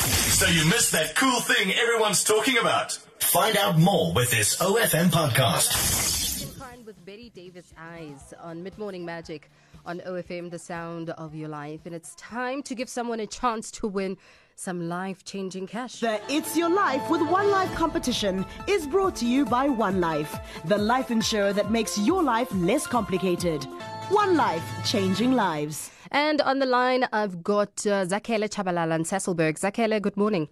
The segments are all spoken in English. So you missed that cool thing everyone's talking about. Find out more with this OFM podcast. Mankind with Betty Davis Eyes on Mid Morning Magic on OFM, the sound of your life. And it's time to give someone a chance to win some life changing cash. The It's Your Life with One Life competition is brought to you by One Life, the life insurer that makes your life less complicated. One Life, changing lives. And on the line, I've got uh, Zakele Chabalala and Sasselberg. Zakele, good morning.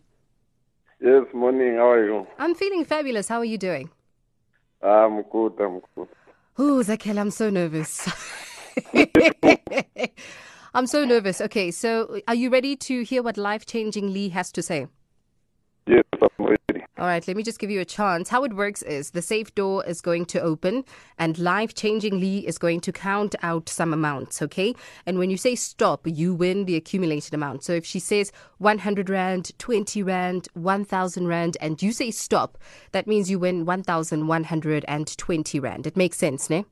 Yes, morning. How are you? I'm feeling fabulous. How are you doing? I'm good. I'm good. Oh, Zakele, I'm so nervous. I'm so nervous. Okay, so are you ready to hear what life changing Lee has to say? Yes, I'm ready. All right, let me just give you a chance. How it works is the safe door is going to open and life changingly is going to count out some amounts, okay? And when you say stop, you win the accumulated amount. So if she says 100 Rand, 20 Rand, 1000 Rand, and you say stop, that means you win 1120 Rand. It makes sense, ne?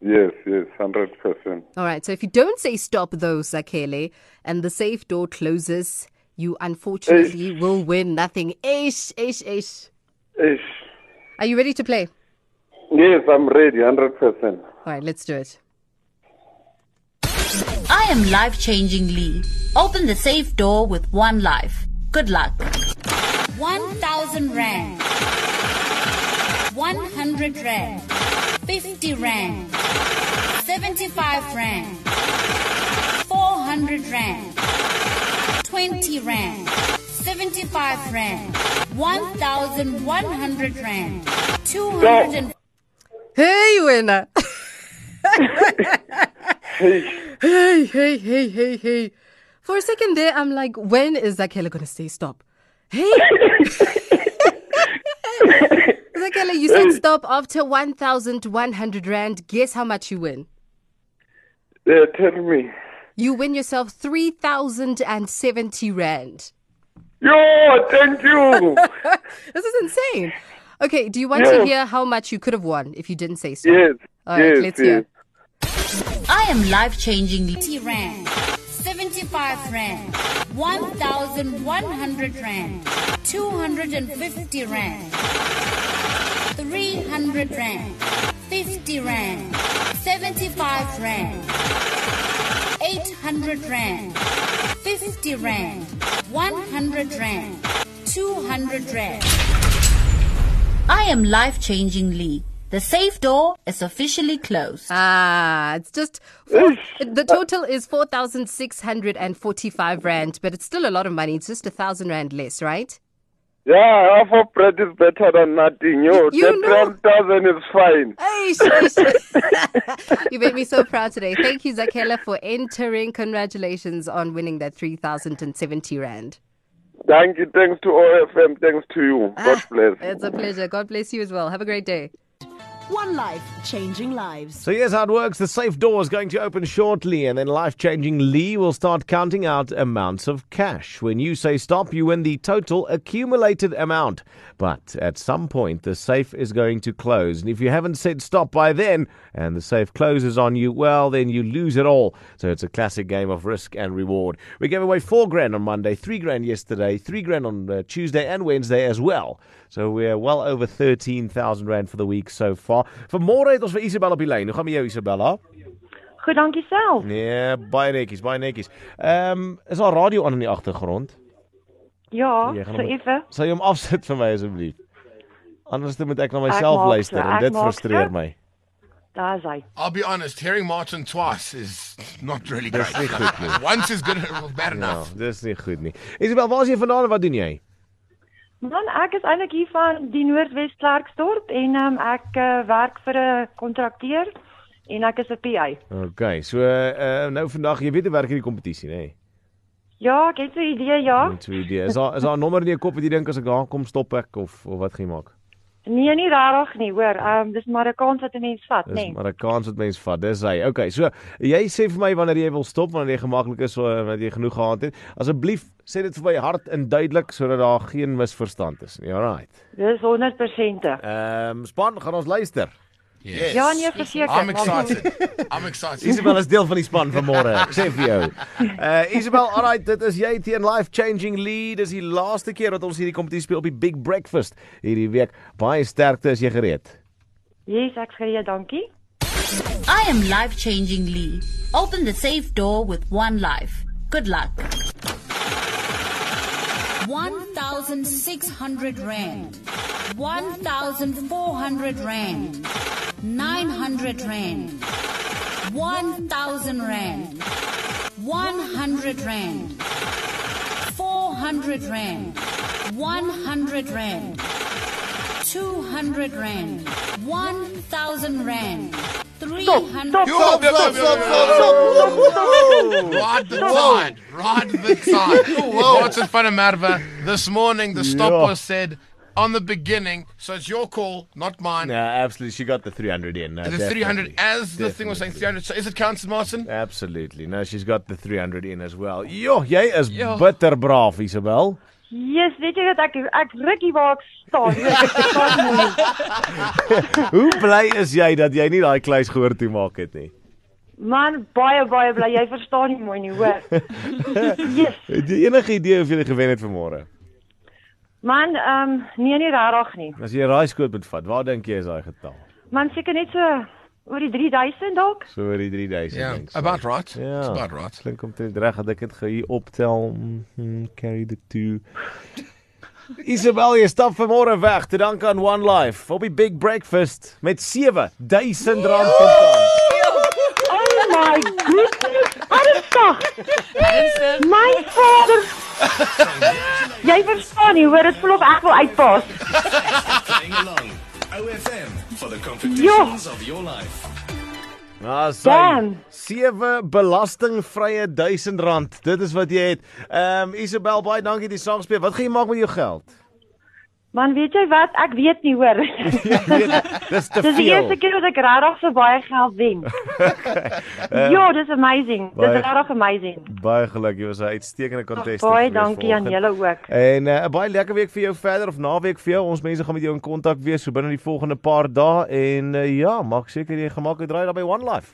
Yes, yes, hundred percent. All right, so if you don't say stop, though, Sakele, and the safe door closes, you unfortunately will win nothing. Ish, ish, ish. Yes, Are you ready to play? yes, I'm ready. Hundred percent. All right, let's do it. I am life changing Lee. Open the safe door with one life. Good luck. 1000 Rand. 100 Rand. 50 Rand. 75 Rand. 400 Rand. 20 Rand. 75 Rand. 1100 Rand. 200 Hey, winner. Hey, hey, hey, hey, hey, hey. For a second there, I'm like, when is Zakela going to say stop? Hey. Zakela, you said stop after 1,100 Rand. Guess how much you win? uh, tell me. You win yourself 3,070 Rand. Yo, thank you. This is insane. Okay, do you want to Yeah. hear how much you could have won if you didn't say stop? yes, All right, yes, let's yes. hear. I am life changing. 20 rand, 75 rand, 1100 rand, 250 rand, 300 rand, 50 rand, 75 rand, 800 rand, 50 rand, 100 rand, 200 rand. I am life changing Lee. The safe door is officially closed. Ah, it's just four, the total is four thousand six hundred and forty-five rand, but it's still a lot of money. It's just a thousand rand less, right? Yeah, half of bread is better than nothing. Yo, You that know- twelve thousand is fine. Eish, eish. you made me so proud today. Thank you, Zakela, for entering. Congratulations on winning that three thousand and seventy rand. Thank you. Thanks to OFM. Thanks to you. God bless. Ah, It's a pleasure. God bless you as well. Have a great day. One Life, changing lives. So here's how it works. The safe door is going to open shortly, and then life-changing Lee will start counting out amounts of cash. When you say stop, you win the total accumulated amount. But at some point, the safe is going to close, and if you haven't said stop by then, and the safe closes on you, well, then you lose it all. So it's a classic game of risk and reward. We gave away four grand on Monday, three grand yesterday, three grand on uh, Tuesday and Wednesday as well. So we're well over 13,000 rand for the week so far. Vanmôre het ons vir Isabella op die lyn. Hoe gaan met jou Isabella? Goed, dankie self. Nee, baie netjies, baie netjies. Ehm is daar radio aan in die agtergrond? Ja, Jy gaan Oh, so hom- effe. Sal jy hom afsit vir my asseblief? Anders dan moet ek na myself maak luister so, en ek dit maak frustreer so. my. Daar's hy. I'll be honest, hearing Martin twice is not really great. Dis nie goed nie. Once is good, bad Ja, enough. dis nie goed nie. Isabel, waar is jy vandaan en wat doen jy? Man, ek is eintlik hier van die Noordwes Klerksdorp en um, ek uh, werk vir 'n kontrakteur en ek is 'n PA. Okay, so uh, nou vandag, jy weet hoe werk hierdie kompetisie, nê? Nee? Ja, ek het so 'n idee, ja. Net so 'n idee. Is daar is daar 'n nommer in jou kop wat jy dink as ek daar kom stop ek of of wat gaan jy maak? Nee, nie regtig nie, hoor. Ehm um, dis maar 'n kans wat 'n mens vat, Dis né? Nee. maar 'n kans wat mense vat. Dis hy. Okay, so jy sê vir my wanneer jy wil stop, wanneer jy gemaklik is, so, wanneer jy genoeg gehad het. Asseblief sê dit vir my hard en duidelik sodat daar geen misverstand is nie. Alraight. Dis 100%. Ehm um, span, gaan ons luister. Yes. Ja, nee, verseker. I'm maar goed. excited. I'm excited. Isabel is deel van die span vanmôre. Ek sê vir jou. Uh Isabel, alright, dit is jy teen Life Changing Lead. Dis die laaste keer dat ons hierdie kompetisie speel op die Big Breakfast hierdie week. Baie sterkte, is jy gereed? Yes, ek's gereed, dankie. I am life changing Lee. Open the safe door with one life. Good luck. 1,600 Rand. 1,400 Rand. 900 Rand. 1,000 Rand. 100 Rand. 400 Rand. 100 Rand. 200 Rand. 1,000 Rand. 300 Stop, stop, stop, Ride the tide. Ride the tide. What's in front of Marva? This morning, the stopper said on the beginning, so it's your call, not mine. No, absolutely. Ja, She got the 300 in. No, The definitely. 300, as the thing was saying, Definitely. 300. So is it counted, Martin? Absolutely. No, she's got the 300 in as well. Jo, jy is bitter braaf, Isabel. Yes, weet jy dat ek ek rukkie waar ek staan. weet Ek verstaan nie. Hoe bly is jy dat jy nie daai kluis gehoor toe maak het nie? Man, baie baie bly. Jy verstaan nie mooi nie, hoor. Yes. Het jy enige idee hoeveel jy gewen het vanmôre? Man, ehm um, nee nie regtig nie. As jy 'n raaiskoot moet vat, waar dink jy is daai getal? Man seker net so oor die 3000 dalk. So oor die 3000 Yeah, dink ek. about right. Ja. It's about right. Klink omtrent reg dat ek dit gou hier optel. Mm -hmm, carry the two. Isabel, jy stap vanmôre weg te danke aan One Life op die Big Breakfast met 7000 rand kontant. Oh my goodness. Ernstig. My vader. Jy verstaan nie, hoor, dit voel of ek wil uitpas. Playing along. OFM for the competitions of your life. Ah, sy Damn. sewe belastingvrye 1000 rand. Dit is wat jy het. Ehm um, Isabel, baie dankie die saam speel. Wat gaan jy maak met jou geld? Man, weet jy wat? Ek weet nie, hoor. Dis te Dis die veel. eerste keer dat ek regtig so baie geld wen. Ja, dis amazing. Dis baie- regtig amazing. Baie geluk. Jy was 'n uitstekende contestant. Baie gewees dankie aan vanoggend. julle ook. En eh, 'n baie lekker week vir jou verder of naweek vir jou. Ons mense gaan met jou in kontak wees so binne die volgende paar dae en eh, ja, maak seker jy gemaak het draai daar by One Life.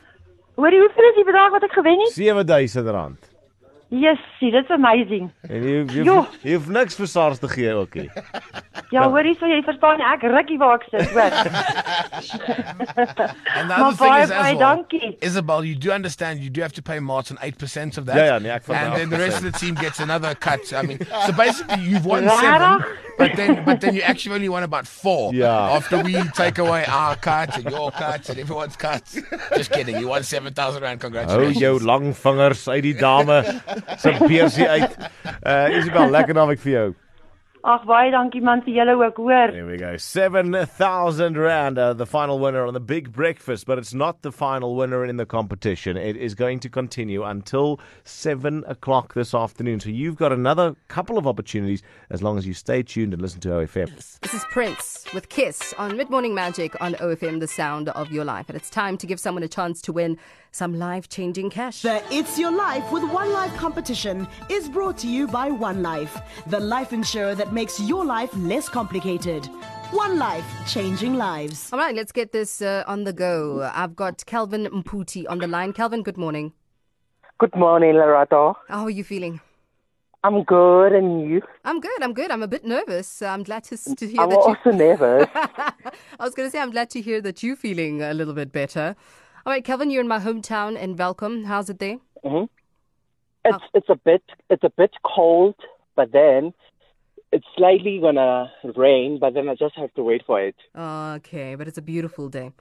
Hoorie, hoeveel is die bedrag wat ek gewen het? R7000. rand. Jessie, dit's amazing. En jy hoef- jy Jo. hoef, jy hoef niks vir SARS te gee ook nie. Ja, hoorie, so jy verstaan nie, ek rukkie waar ek sit, hoor. And the Maar other thing baie, is as baie well, dankie. Isabel, you do understand you do have to pay Martin 8% of that. Yeah, yeah, nee, ek vat And my then the rest of the team gets another cut. I mean, so basically you've won Wow. seven, but then but then you actually only won about four. Yeah. After we take away our cut and your cut and everyone's cut. Just kidding. You won 7,000 rand. Hou Congratulations. jou lang vingers uit die dame se beursie uit. Uh Isabel, lekker naweek vir jou. Ag, baie dankie man vir julle ook, hoor. There we go. 7,000 Rand, uh, the final winner on the big breakfast, but it's not the final winner in the competition. It is going to continue until 7 o'clock this afternoon. So you've got another couple of opportunities as long as you stay tuned and listen to OFM. This is Prince with Kiss on Mid Morning Magic on OFM, the sound of your life. And it's time to give someone a chance to win some life changing cash. The It's Your Life with One Life competition is brought to you by One Life, the life insurer that makes your life less complicated. One Life, changing lives. All right, let's get this uh, on the go. I've got Calvin Mputi on the line. Calvin, good morning. Good morning, Loretta. How are you feeling? I'm good, and you? I'm good. I'm good. I'm a bit nervous. Uh, I'm glad to, s- to hear I'm that you. also nervous. I was going to say, I'm glad to hear that you're feeling a little bit better. All right, Calvin, you're in my hometown in Welcome. How's it there? It's it's a bit it's a bit cold, but then it's slightly gonna rain. But then I just have to wait for it. Okay, but it's a beautiful day.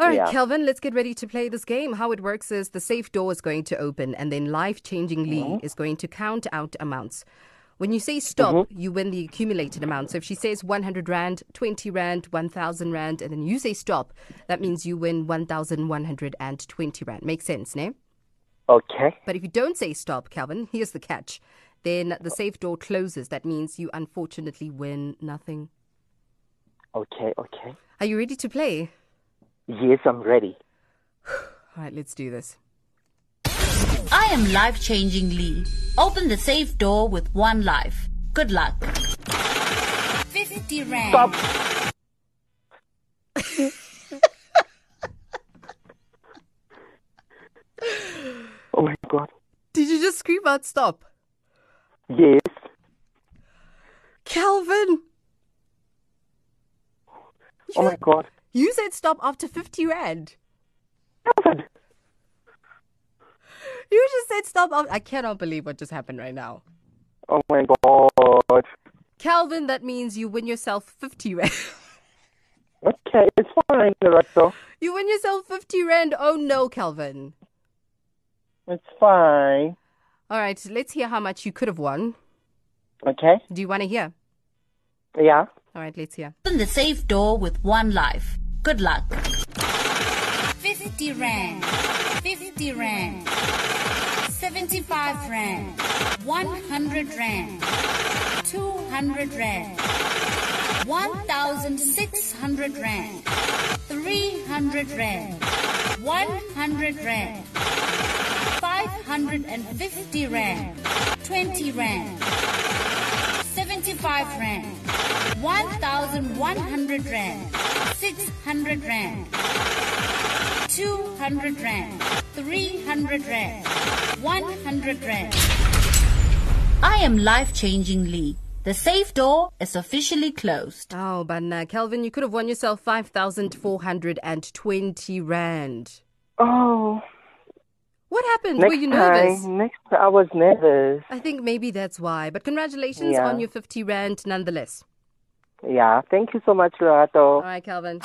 All right, Yeah. Kelvin, let's get ready to play this game. How it works is the safe door is going to open, and then life changing Lee is going to count out amounts. When you say stop, you win the accumulated amount. So if she says 100 Rand, 20 Rand, 1,000 Rand, and then you say stop, that means you win 1,120 Rand. Makes sense, ne? Okay. But if you don't say stop, Calvin, here's the catch. Then the safe door closes. That means you unfortunately win nothing. Okay. Okay. Are you ready to play? Yes, I'm ready. All right, let's do this. I am life changing Lee. Open the safe door with one life. Good luck. 50 Rand. Stop. scream out stop? Yes. Calvin, Oh my God. you said stop after 50 rand. Calvin. You just said stop. After, I cannot believe what just happened right now. Oh my God. Calvin, that means you win yourself 50 rand. Okay, it's fine, Director. you win yourself 50 rand. Oh no, Calvin. It's fine. All right, let's hear how much you could have won. Okay. Do you want to hear? Yeah. All right, let's hear. Open the safe door with one life. Good luck. 50 rand, 50 rand, 75 rand, 100 rand, 200 rand, 1600 rand, 300 rand, 100 rand, 550 rand, 20 rand, 75 rand, 1100 rand, 600 rand, 200 rand, 300 rand, 100 rand. I am life changing Lee. The safe door is officially closed. Oh, but now, Calvin, you could have won yourself 5,420 rand. Oh. What happened? Next Were you nervous? time. Next time. I was nervous. I think maybe that's why. But congratulations Yeah. on your 50 rand nonetheless. Yeah. Thank you so much, Lorato. All right, Calvin.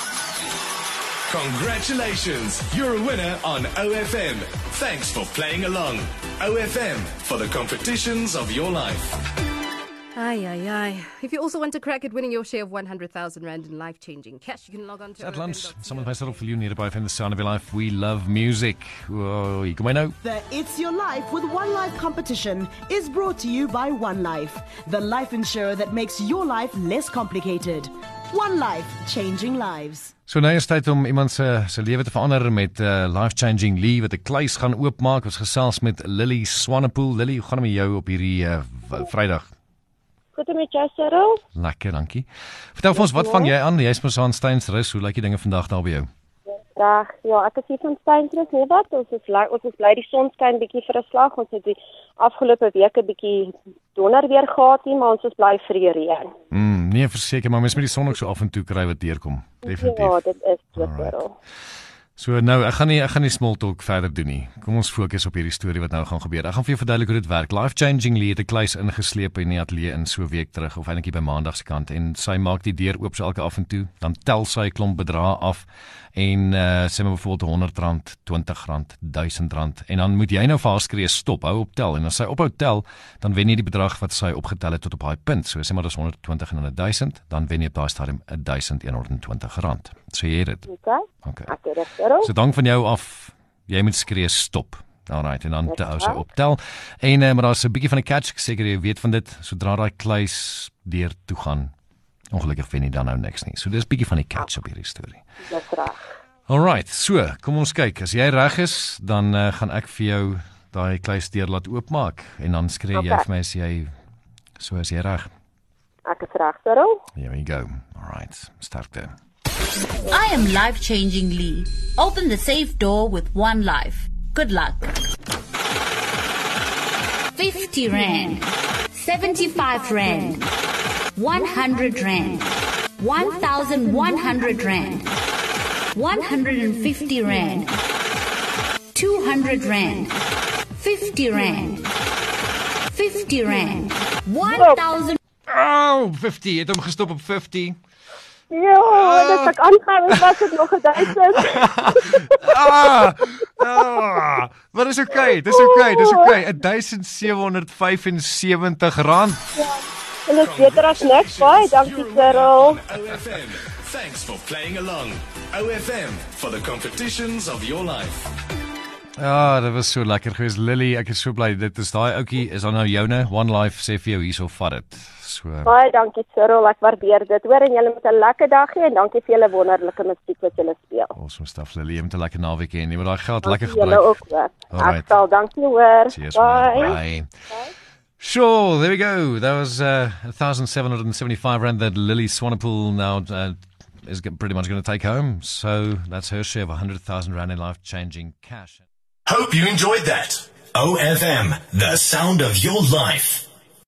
Congratulations, you're a winner on OFM. Thanks for playing along. OFM for the competitions of your life. Aye, aye, aye. If you also want to crack at winning your share of 100,000 rand in life changing cash, you can log on to At lunch, OFM.co.za. someone plays Settle for You, nearby FM, the sound of your life. We love music. Whoa, you can know. The It's Your Life with One Life competition is brought to you by One Life, the life insurer that makes your life less complicated. One Life, changing lives. So nou is tyd om iemand se se lewe te verander met 'n uh, life-changing Lee wat 'n kluis gaan oopmaak. Ons gesels met Lily Swanepoel. Lily, hoe gaan dit met jou op hierdie uh, w- Vrydag? Goed om met jou, Cheryl. Lekker, dankie. Vertel vir ons, wat vang jy aan? Jy's mos aan Steensrus. Hoe lyk die dinge vandag daar by jou? Dag. Ja, ek is hier van Steynrus, nee wat? Ons is bly ons is bly die son skyn bietjie vir 'n slag. Ons het die afgelope weke bietjie donder weer gehad hier, maar ons is bly vir die reën. Mm, nee, verseker, maar mens moet die son ook so af en toe kry wat deurkom. Definitief. Ja, dit is so, Cheryl. So nou, ek gaan nie ek gaan nie small talk verder doen nie. Kom ons fokus op hierdie storie wat nou gaan gebeur. Ek gaan vir jou verduidelik hoe dit werk. Life Changing Lee het 'n kluis ingesleep in die ateljee in so 'n week terug of eintlik hier by Maandag se kant en sy maak die deur oop so elke af en toe. Dan tel sy 'n klomp bedrae af en uh, sê maar byvoorbeeld R100, R20, R1000 en dan moet jy nou vir haar skree stop, hou op tel en as sy ophou tel, dan wen jy die bedrag wat sy opgetel het tot op daai punt. So sê maar dis 120 en dan 1000, dan wen jy op daai stadium R1120. So jy het dit. Okay. Okay. Ek het dit, Cheryl. So dank van jou af. Jy moet skree stop. Alrite en dan te hou sy optel. En uh, maar daar's 'n bietjie van 'n catch, ek seker jy weet van dit. Sodra daai kluis deur toe gaan, ongelukkig wen jy dan nou niks nie. So dis 'n bietjie van die catch op hierdie storie. Ja. Dis reg. Alrite, so kom ons kyk. As jy reg is, dan uh, gaan ek vir jou daai kluis deur laat oopmaak en dan skree okay. jy Okay. vir my as jy so as jy reg. Ek is reg, Cheryl. Here we go. Alrite, sterkte. I am life changing Lee. Open the safe door with one life. Good luck. 50 Rand, 75 Rand, 100 Rand, 1100 Rand, 150 Rand, 200 Rand, 50 Rand, 50 Rand, 1000 Au, oh, 50. Jy het hom gestop op 50. Ja, dit ek aangaan, dit was dit nog 1000. Ah! Ah! Maar dis oukei, dis oukei, dis oukei. R1775. En dit is beter as niks. Baie dankie, Cheryl. OFM, thanks for playing along. OFM for the competitions of your life. Ja, dit was so lekker geweest Lily. Ek is so bly dit is daai ouetjie is dan nou joune. One Life sê vir jou hierso vat dit. So. Baie dankie, Cheryl. Ek waardeer dit. Hoor en julle moet 'n lekker dag hê en dankie vir julle wonderlike musiek wat julle speel. Awesome stuff Lily. Jy moet 'n lekker naweek hê en jy moet daai geld lekker Julle gebruik. ook hoor. Alright. Ek sal dankie hoor. Cheers. man. Bye. Sure, there we go. That was uh, 1,775 rand that Lily Swanepoel now uh, is g- pretty much going to take home. So that's her share of 100,000 rand in life-changing cash. Hope you enjoyed that. OFM, the sound of your life.